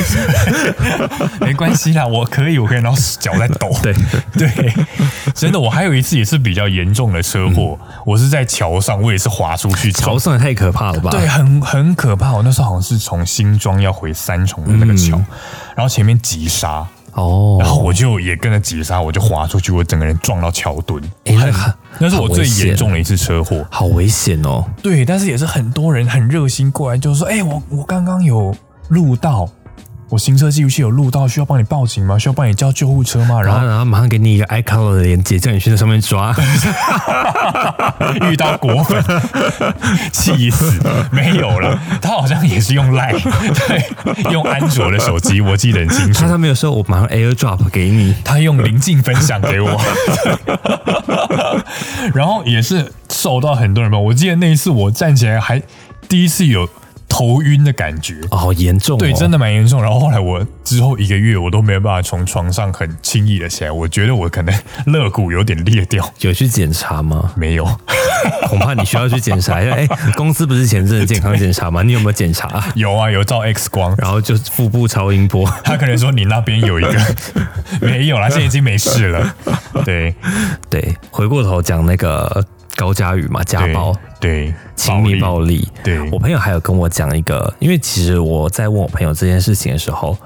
Speaker 4: 没关系啦， 我可以，我可以，然后脚在抖。
Speaker 3: 对
Speaker 4: 对，真的，我还有一次也是比较严重的车
Speaker 3: 嗯
Speaker 4: 祸，我是在桥上，我也是滑出去，
Speaker 3: 潮汕也太可怕了吧？
Speaker 4: 对，很很可怕。我那时候好像是从新庄要回三重的那个
Speaker 3: 嗯
Speaker 4: 桥，然后前面急刹，
Speaker 3: 哦，
Speaker 4: 然后我就也跟着急刹，我就滑出去，我整个人撞到桥墩，
Speaker 3: 诶哎那很
Speaker 4: 那是我
Speaker 3: 很危
Speaker 4: 最
Speaker 3: 险啊
Speaker 4: 严重的一次车祸。
Speaker 3: 好危险哦。
Speaker 4: 对，但是也是很多人很热心过来，就是说，哎、我我刚刚有录到，我行车记录器有录到，需要帮你报警吗？需要帮你叫救护车 吗？
Speaker 3: 然后
Speaker 4: 然
Speaker 3: 然后马上给你一个 iColor 的链接，叫你去那上面抓。
Speaker 4: 后遇到果粉，气死，没有了。他好像也是用 Line，对，用安卓的手机，我记得很清
Speaker 3: 他
Speaker 4: 楚。
Speaker 3: 上面有时候我马上 AirDrop 给你。
Speaker 4: 他用临近分享给 我，然后也是受到很多人帮。我记得那一次我站起来还第一次有头晕的感觉。
Speaker 3: 哦，好严重、哦，
Speaker 4: 对，真的蛮严重。然后后来我之后一个月，我都没有办法从床上很轻易的起来。我觉得我可能肋骨有点裂 掉，
Speaker 3: 有去检查吗？
Speaker 4: 没有，
Speaker 3: 恐怕你需要去检 查一下。哎、公司不是前阵子健康检查吗？你有没有检查？
Speaker 4: 有啊，有照 X 光。
Speaker 3: 然后就腹部超音 波，
Speaker 4: 他可能说你那边有一个， 没有啦，现在已经没事 了。对，
Speaker 3: 对，回过头讲那个高佳宇嘛，家
Speaker 4: 对
Speaker 3: 暴。
Speaker 4: 对，
Speaker 3: 亲密暴力。
Speaker 4: 对
Speaker 3: 我朋友还有跟我讲一个，因为其实我在问我朋友这件事情的时候，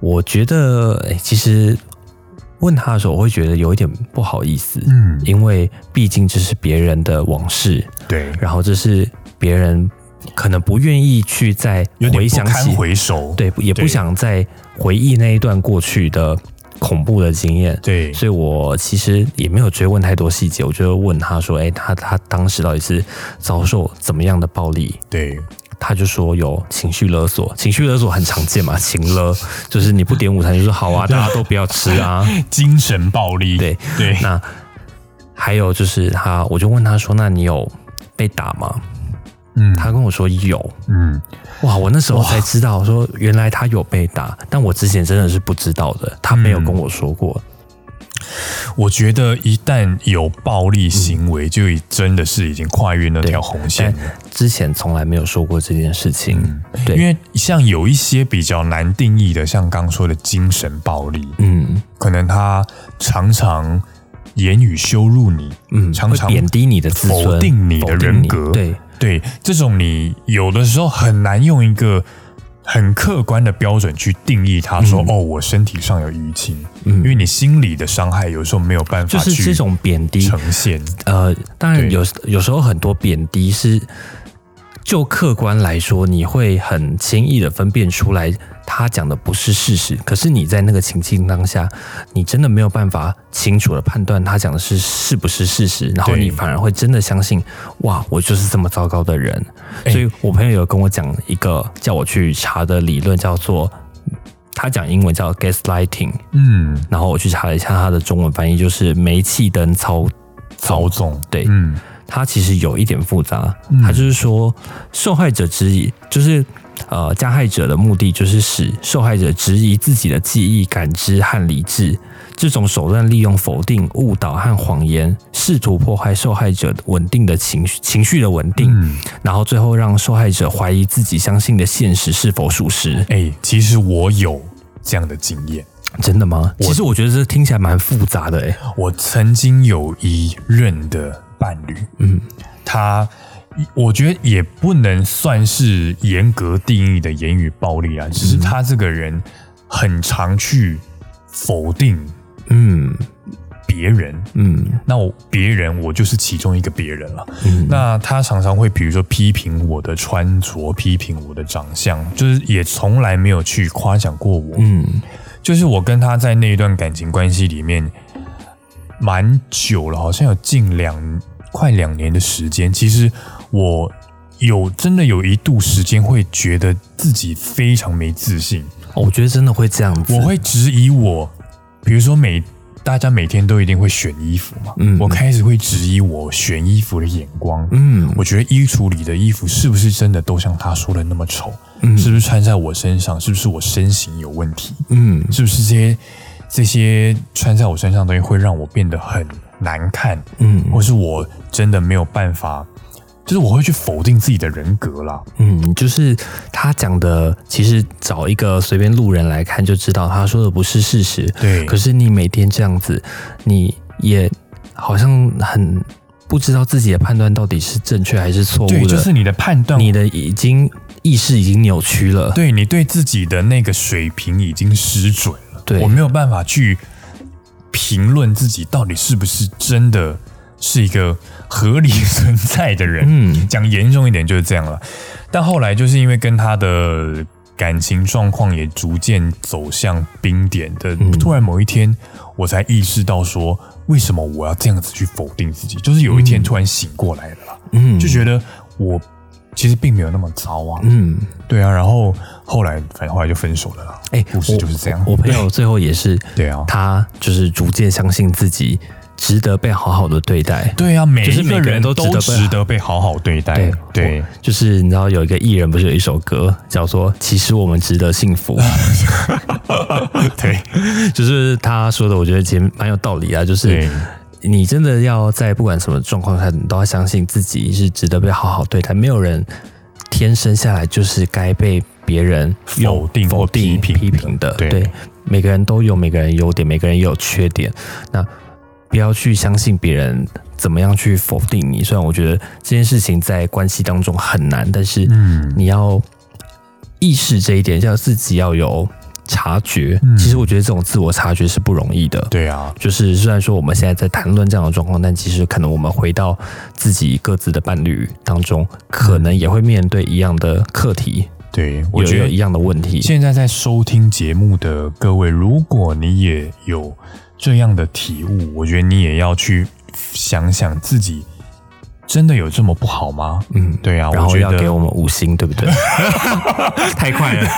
Speaker 3: 我觉得、诶其实问他的时候，我会觉得有一点不好意思，
Speaker 4: 嗯
Speaker 3: 因为毕竟这是别人的往事，
Speaker 4: 对，
Speaker 3: 然后这是别人可能不愿意去再
Speaker 4: 有点
Speaker 3: 回
Speaker 4: 不
Speaker 3: 想
Speaker 4: 堪
Speaker 3: 起，
Speaker 4: 回首。
Speaker 3: 对，也不
Speaker 4: 对
Speaker 3: 想再回忆那一段过去的恐怖的经验，
Speaker 4: 对
Speaker 3: 所以我其实也没有追问太多细节，我就问他说：“哎、他他当时到底是遭受怎么样的暴力
Speaker 4: 对？”
Speaker 3: 他就说有情绪勒索，情绪勒索很常见嘛，情勒就是你不点午餐就说好 啊，大家都不要吃啊。
Speaker 4: 精神暴力。
Speaker 3: 对
Speaker 4: 对
Speaker 3: 那还有就是他，我就问他说：“那你有被打吗？”
Speaker 4: 嗯
Speaker 3: 他跟我说有。
Speaker 4: 嗯，
Speaker 3: 哇，我那时候才知道说原来他有被打，但我之前真的是不知道的，他没有跟我说过。
Speaker 4: 我觉得一旦有暴力行
Speaker 3: 嗯
Speaker 4: 为，就已真的是已经跨越那条红线
Speaker 3: 但
Speaker 4: 了。
Speaker 3: 之前从来没有说过这件事情。对，
Speaker 4: 因为像有一些比较难定义的，像刚说的精神暴力，
Speaker 3: 嗯
Speaker 4: 可能他常常言语羞辱你，
Speaker 3: 嗯，
Speaker 4: 常
Speaker 3: 会
Speaker 4: 常
Speaker 3: 贬低你的自尊，
Speaker 4: 否定你的
Speaker 3: 否定
Speaker 4: 人格
Speaker 3: 对，
Speaker 4: 对这种你有的时候很难用一个很客观的标准去定义他
Speaker 3: 嗯
Speaker 4: 说，哦，我身体上有淤青，因为你心理的伤害有时候没有办
Speaker 3: 就
Speaker 4: 法
Speaker 3: 是
Speaker 4: 去
Speaker 3: 这种贬低。
Speaker 4: 呈现，
Speaker 3: 呃，当然
Speaker 4: 对
Speaker 3: 有有时候很多贬低是就客观来说，你会很轻易的分辨出来他讲的不是事实。可是你在那个情境当下，你真的没有办法清楚的判断他讲的是是不是事实，然后
Speaker 4: 对
Speaker 3: 你反而会真的相信，哇，我就是这么糟糕的人。
Speaker 4: 哎
Speaker 3: 所以我朋友有跟我讲一个叫我去查的理论，叫做他讲英文叫 gaslighting，
Speaker 4: 嗯，
Speaker 3: 然后我去查了一下它的中文翻译，就是煤气灯操
Speaker 4: 曹总，
Speaker 3: 对，
Speaker 4: 嗯，
Speaker 3: 它其实有一点复杂
Speaker 4: 嗯，
Speaker 3: 它就是说受害者质疑，就是呃加害者的目的就是使受害者质疑自己的记忆、感知和理智。这种手段利用否定、误导和谎言，试图破坏受害者稳定的情绪、情绪的稳定，
Speaker 4: 嗯
Speaker 3: 然后最后让受害者怀疑自己相信的现实是否属实。
Speaker 4: 哎、其实我有这样的经验。
Speaker 3: 真的吗？其实我觉得这听起来蛮复杂的、欸，
Speaker 4: 我曾经有一任的伴侣，嗯，他我觉得也不能算是严格定义的言语暴力啊，
Speaker 3: 嗯
Speaker 4: 只是他这个人很常去否定
Speaker 3: 嗯
Speaker 4: 别人，
Speaker 3: 嗯
Speaker 4: 那我别人我就是其中一个别人了。
Speaker 3: 嗯
Speaker 4: 那他常常会比如说批评我的穿着，批评我的长相，就是也从来没有去夸奖过我。
Speaker 3: 嗯
Speaker 4: 就是我跟他在那一段感情关系里面蛮久了，好像有近两快两年的时间。其实我有真的有一度时间会觉得自己非常没自信，
Speaker 3: 哦我觉得真的会这样子。
Speaker 4: 我会质疑我，比如说每大家每天都一定会选衣服嘛，
Speaker 3: 嗯
Speaker 4: 我开始会质疑我选衣服的眼光，
Speaker 3: 嗯
Speaker 4: 我觉得衣橱里的衣服是不是真的都像他说的那么丑？
Speaker 3: 嗯
Speaker 4: 是不是穿在我身上？是不是我身形有问题？
Speaker 3: 嗯
Speaker 4: 是不是这些这些穿在我身上的东西会让我变得很难看，
Speaker 3: 嗯
Speaker 4: 或是我真的没有办法，就是我会去否定自己的人格啦。
Speaker 3: 嗯，就是他讲的，其实找一个随便路人来看就知道，他说的不是事实。
Speaker 4: 对
Speaker 3: 可是你每天这样子，你也好像很不知道自己的判断到底是正确还是错误的。
Speaker 4: 对，就是你的判断，
Speaker 3: 你的已经意识已经扭曲了。
Speaker 4: 对你对自己的那个水平已经失准了。
Speaker 3: 对
Speaker 4: 我没有办法去评论自己到底是不是真的是一个合理存在的人。
Speaker 3: 嗯
Speaker 4: 讲严重一点就是这样了。但后来就是因为跟他的感情状况也逐渐走向冰点的，
Speaker 3: 嗯
Speaker 4: 突然某一天我才意识到说，为什么我要这样子去否定自己？就是有一天突然醒过来了啦，
Speaker 3: 嗯，
Speaker 4: 就觉得我其实并没有那么糟啊。
Speaker 3: 嗯。
Speaker 4: 对啊，然后后来反正后来就分手了啦。
Speaker 3: 哎
Speaker 4: 故事就是这样。
Speaker 3: 我朋友最后也是，
Speaker 4: 对啊
Speaker 3: 他就是逐渐相信自己值得被好好的对待。
Speaker 4: 对啊，每
Speaker 3: 就是
Speaker 4: 一
Speaker 3: 每
Speaker 4: 个
Speaker 3: 个人
Speaker 4: 人
Speaker 3: 都值得被
Speaker 4: 值得被好好对待。
Speaker 3: 对
Speaker 4: 哎对，
Speaker 3: 就是你知道有一个艺人不是有一首歌叫做《其实我们值得幸福》，
Speaker 4: 对，
Speaker 3: 就是他说的，我觉得其实蛮有道理啊。就是
Speaker 4: 对
Speaker 3: 你真的要在不管什么状况下，你都要相信自己是值得被好好对待。没有人天生下来就是该被别人用
Speaker 4: 否定
Speaker 3: 否
Speaker 4: 或
Speaker 3: 定、
Speaker 4: 批
Speaker 3: 批
Speaker 4: 评的
Speaker 3: 评的。
Speaker 4: 对
Speaker 3: 对，每个人都有每个人优点，每个人也有缺点。那不要去相信别人怎么样去否定你。虽然我觉得这件事情在关系当中很难，但是
Speaker 4: 嗯
Speaker 3: 你要意识这一点，要自己要有察觉。
Speaker 4: 嗯
Speaker 3: 其实我觉得这种自我察觉是不容易的。
Speaker 4: 对啊，
Speaker 3: 就是虽然说我们现在在谈论这样的状况，但其实可能我们回到自己各自的伴侣当中，可能也会面对一样的课题，
Speaker 4: 对，嗯我
Speaker 3: 有
Speaker 4: 觉
Speaker 3: 有
Speaker 4: 得
Speaker 3: 一样的问题。
Speaker 4: 现在在收听节目的各位，如果你也有这样的体悟，我觉得你也要去想想自己真的有这么不好吗？
Speaker 3: 嗯，
Speaker 4: 对啊，
Speaker 3: 然
Speaker 4: 我
Speaker 3: 后
Speaker 4: 觉
Speaker 3: 要
Speaker 4: 得
Speaker 3: 给我们五星，对不 对？太快了，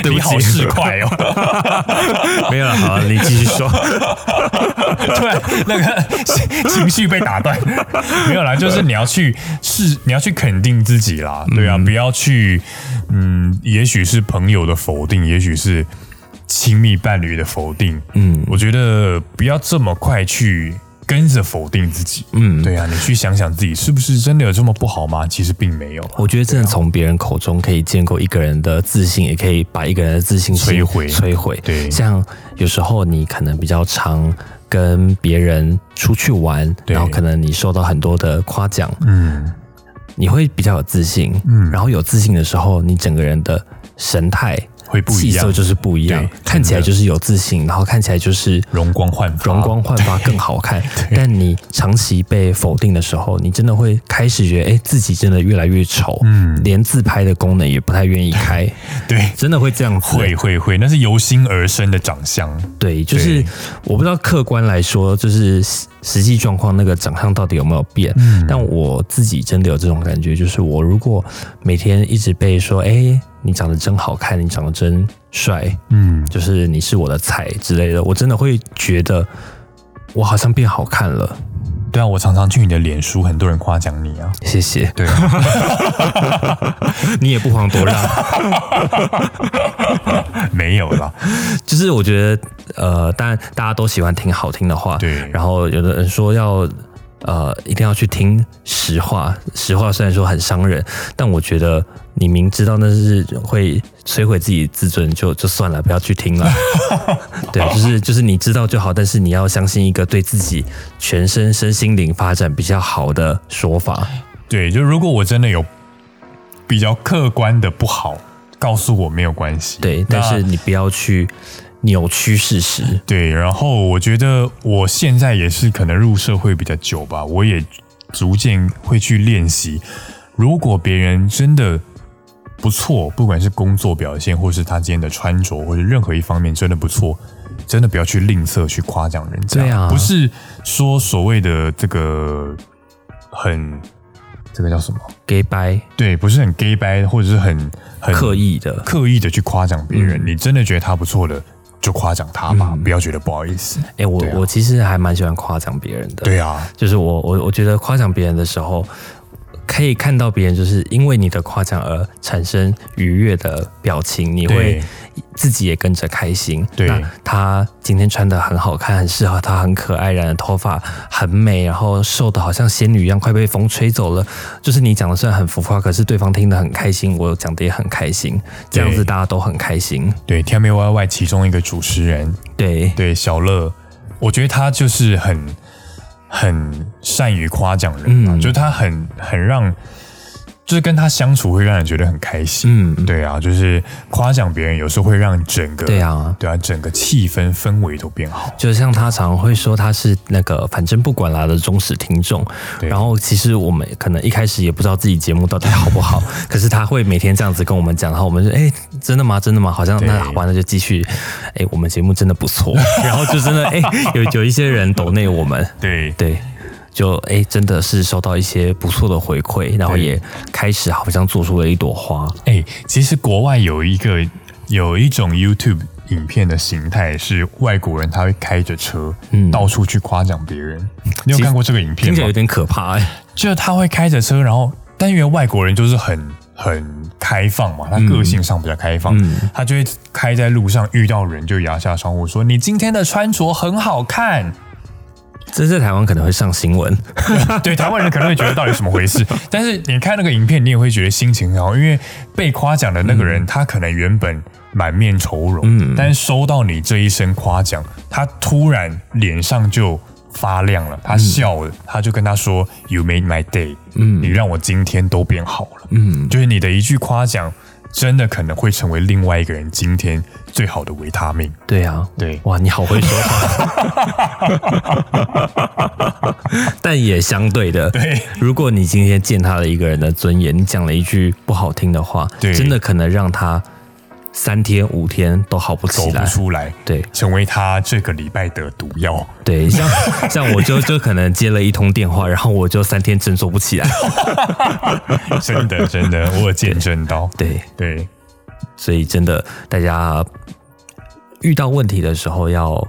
Speaker 3: 对不起，
Speaker 4: 你好市侩 哦，
Speaker 3: 没有了，好了，你继续说。
Speaker 4: 突然那个情情绪被打断， 没有啦，就是你要去是你要去肯定自己啦，
Speaker 3: 嗯
Speaker 4: 对啊，不要去嗯，也许是朋友的否定，也许是亲密伴侣的否定，
Speaker 3: 嗯
Speaker 4: 我觉得不要这么快去跟着否定自己。
Speaker 3: 嗯，
Speaker 4: 对啊，你去想想自己是不是真的有这么不好吗？其实并没有。
Speaker 3: 我觉得真的
Speaker 4: 啊
Speaker 3: 从别人口中可以建构一个人的自信，也可以把一个人的自信心
Speaker 4: 摧毁
Speaker 3: 摧毁。
Speaker 4: 对
Speaker 3: 像有时候你可能比较常跟别人出去玩，
Speaker 4: 对
Speaker 3: 然后可能你受到很多的夸奖，
Speaker 4: 嗯，
Speaker 3: 你会比较有自信。
Speaker 4: 嗯
Speaker 3: 然后有自信的时候，你整个人的神态
Speaker 4: 会不
Speaker 3: 气
Speaker 4: 一
Speaker 3: 色
Speaker 4: 样，
Speaker 3: 就是不一样
Speaker 4: 对，
Speaker 3: 看起来
Speaker 4: 真的
Speaker 3: 就是有自信，然后看起来就是
Speaker 4: 容光焕发。
Speaker 3: 容光焕发更好 看。但你长期被否定的时候，你真的会开始觉得，哎、自己真的越来越丑，
Speaker 4: 嗯
Speaker 3: 连自拍的功能也不太愿意 开，
Speaker 4: 对，
Speaker 3: 真的会这样子。
Speaker 4: 会会会，那是由心而生的长相。
Speaker 3: 对，就是
Speaker 4: 对
Speaker 3: 我不知道客观来说，就是实实际状况那个长相到底有没有变。
Speaker 4: 嗯
Speaker 3: 但我自己真的有这种感觉，就是我如果每天一直被说，哎、你长得真好看，你长得真帅，
Speaker 4: 嗯，
Speaker 3: 就是你是我的菜之类的，我真的会觉得我好像变好看了。
Speaker 4: 对啊，我常常去你的脸书，很多人夸奖你啊。
Speaker 3: 谢谢，
Speaker 4: 对啊，
Speaker 3: 你也不遑多让。
Speaker 4: 没有 啦。
Speaker 3: 就是我觉得，呃，当然大家都喜欢听好听的话，
Speaker 4: 对
Speaker 3: 然后有的人说要，呃，一定要去听实话。实话虽然说很伤人，但我觉得你明知道那是会摧毁自己自尊，就就算了，不要去听了。对，就是就是你知道就好，但是你要相信一个对自己全身身心灵发展比较好的说法。
Speaker 4: 对，就如果我真的有比较客观的不好，告诉我没有关系。
Speaker 3: 对，
Speaker 4: 那
Speaker 3: 但是你不要去扭曲事实。
Speaker 4: 对，然后我觉得我现在也是可能入社会比较久吧，我也逐渐会去练习。如果别人真的不错，不管是工作表现，或是他今天的穿着，或者任何一方面真的不错，真的不要去吝啬去夸奖人家。
Speaker 3: 对啊
Speaker 4: 不是说所谓的这个很这个叫什么？
Speaker 3: gay 掰
Speaker 4: 对，不是很 gay 掰，或者是很很
Speaker 3: 刻意的，
Speaker 4: 刻意的去夸奖别人。
Speaker 3: 嗯
Speaker 4: 你真的觉得他不错的，就夸奖他吧，
Speaker 3: 嗯
Speaker 4: 不要觉得不好意思。
Speaker 3: 哎、我、
Speaker 4: 对啊
Speaker 3: 我其实还蛮喜欢夸奖别人的。
Speaker 4: 对啊，
Speaker 3: 就是我我我觉得夸奖别人的时候，可以看到别人就是因为你的夸奖而产生愉悦的表情，你会
Speaker 4: 对
Speaker 3: 自己也跟着开心。
Speaker 4: 对
Speaker 3: 那他今天穿的很好看，很适合他，很可爱，染的头发很美，然后瘦的好像仙女一样，快被风吹走了。就是你讲的虽然很浮夸，可是对方听得很开心，我讲的也很开心，这样子
Speaker 4: 对
Speaker 3: 大家都很开心。
Speaker 4: 对《天妹 Y Y》其中一个主持人，
Speaker 3: 对，
Speaker 4: 对小乐，我觉得他就是很很善于夸奖人啊，
Speaker 3: 嗯
Speaker 4: 就是他很很让，就是跟他相处会让人觉得很开心。
Speaker 3: 嗯，
Speaker 4: 对啊，就是夸奖别人，有时候会让整个
Speaker 3: 对啊。
Speaker 4: 对啊整个气氛氛围都变好。
Speaker 3: 就像他常会说他是那个反正不管啦的忠实听众，
Speaker 4: 对
Speaker 3: 然后其实我们可能一开始也不知道自己节目到底好不 好，可是他会每天这样子跟我们讲，然后我们就哎、真的吗？真的吗？好像
Speaker 4: 对
Speaker 3: 那好吧，那就继续，哎、我们节目真的不错， 然后就真的哎、有有一些人抖内我们，
Speaker 4: 对
Speaker 3: 对。就哎、真的是收到一些不错的回馈，然后
Speaker 4: 对
Speaker 3: 也开始好像做出了一朵花。
Speaker 4: 哎、其实国外有一个有一种 YouTube 影片的形态是外国人他会开着车，
Speaker 3: 嗯
Speaker 4: 到处去夸奖别人。你有看过这个影片
Speaker 3: 听起来
Speaker 4: 吗
Speaker 3: 有？点可怕、哎，
Speaker 4: 就是他会开着车，然后但因为外国人就是很很开放嘛，他个性上比较开放，
Speaker 3: 嗯
Speaker 4: 他就会开在路上遇到人就摇下窗户说：“你今天的穿着很好看。
Speaker 3: 这在台湾可能会上新闻。
Speaker 4: 对台湾人可能会觉得到底什么回 事，但是你看那个影片，你也会觉得心情很好，因为被夸奖的那个人、他可能原本满面愁容，
Speaker 3: 嗯
Speaker 4: 但是收到你这一声夸奖，他突然脸上就。发亮了，他笑了，他就跟他说：“You made my day，、
Speaker 3: 嗯
Speaker 4: 你让我今天都变好了。”
Speaker 3: 嗯，
Speaker 4: 就是你的一句夸奖，真的可能会成为另外一个人今天最好的维他命。
Speaker 3: 对啊，
Speaker 4: 对
Speaker 3: 哇，你好会说话，但也相对的，
Speaker 4: 对，
Speaker 3: 如果你今天践踏了一个人的尊严，你讲了一句不好听的话，
Speaker 4: 对
Speaker 3: 真的可能让他三天五天都好不
Speaker 4: 走
Speaker 3: 起
Speaker 4: 不
Speaker 3: 来。
Speaker 4: 出来，
Speaker 3: 对
Speaker 4: 成为他这个礼拜的毒药。
Speaker 3: 对， 像像我就就可能接了一通电话，然后我就三天振作不起 来。
Speaker 4: 真的，真的，我有见证到。
Speaker 3: 对，
Speaker 4: 对，
Speaker 3: 所以真的大家遇到问题的时候要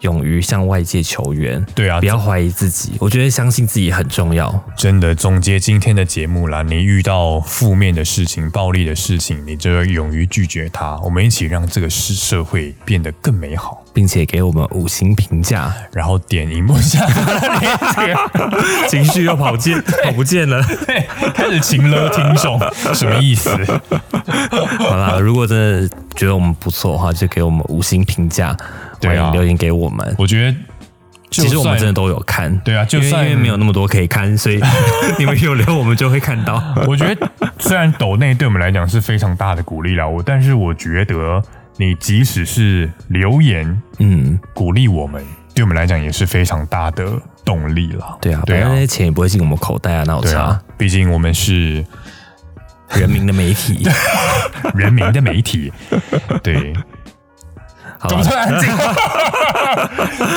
Speaker 3: 勇于向外界求援，
Speaker 4: 对啊
Speaker 3: 不要怀疑自己。我觉得相信自己很重要。
Speaker 4: 真的总结今天的节目啦，你遇到负面的事情、暴力的事情，你就要勇于拒绝它。我们一起让这个社社会变得更美好。
Speaker 3: 并且给我们五星评价，
Speaker 4: 然后点荧幕下方的链接。
Speaker 3: 情绪又跑见跑不见了。
Speaker 4: 对，开始情了听众，什么意思？
Speaker 3: 好啦，如果真的觉得我们不错的话，就给我们五星评价，
Speaker 4: 对
Speaker 3: 欢
Speaker 4: 啊
Speaker 3: 迎留言给我们。
Speaker 4: 我觉得就算，
Speaker 3: 其实我们真的都有看，
Speaker 4: 对啊就
Speaker 3: 因为
Speaker 4: 算
Speaker 3: 因为没有那么多可以看，所 以你们有留我们就会看到。
Speaker 4: 我觉得虽然抖内对我们来讲是非常大的鼓励了，我但是我觉得你即使是留言
Speaker 3: 嗯，
Speaker 4: 鼓励我们，对我们来讲也是非常大的动力了。
Speaker 3: 对啊，
Speaker 4: 对
Speaker 3: 反正
Speaker 4: 啊
Speaker 3: 那，些钱也不会进我们口袋啊，那有
Speaker 4: 对
Speaker 3: 差
Speaker 4: 啊。，毕竟我们是
Speaker 3: 人民的媒体，
Speaker 4: 啊人民的 媒体，对。
Speaker 3: 好
Speaker 4: 怎么
Speaker 3: 啦
Speaker 4: 突然安静？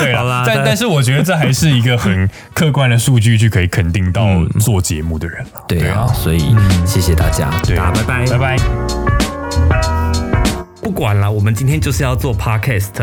Speaker 4: 对
Speaker 3: 好
Speaker 4: 啦
Speaker 3: 啦，
Speaker 4: 但
Speaker 3: 但
Speaker 4: 但是我觉得这还是一个很客观的数据去可以肯定到做节目的人了。
Speaker 3: 嗯对啊，所以谢谢大家，
Speaker 4: 嗯对
Speaker 3: 大家
Speaker 4: 啊，
Speaker 3: 拜拜
Speaker 4: 拜。拜。
Speaker 2: 不管了，我们今天就是要做 podcast。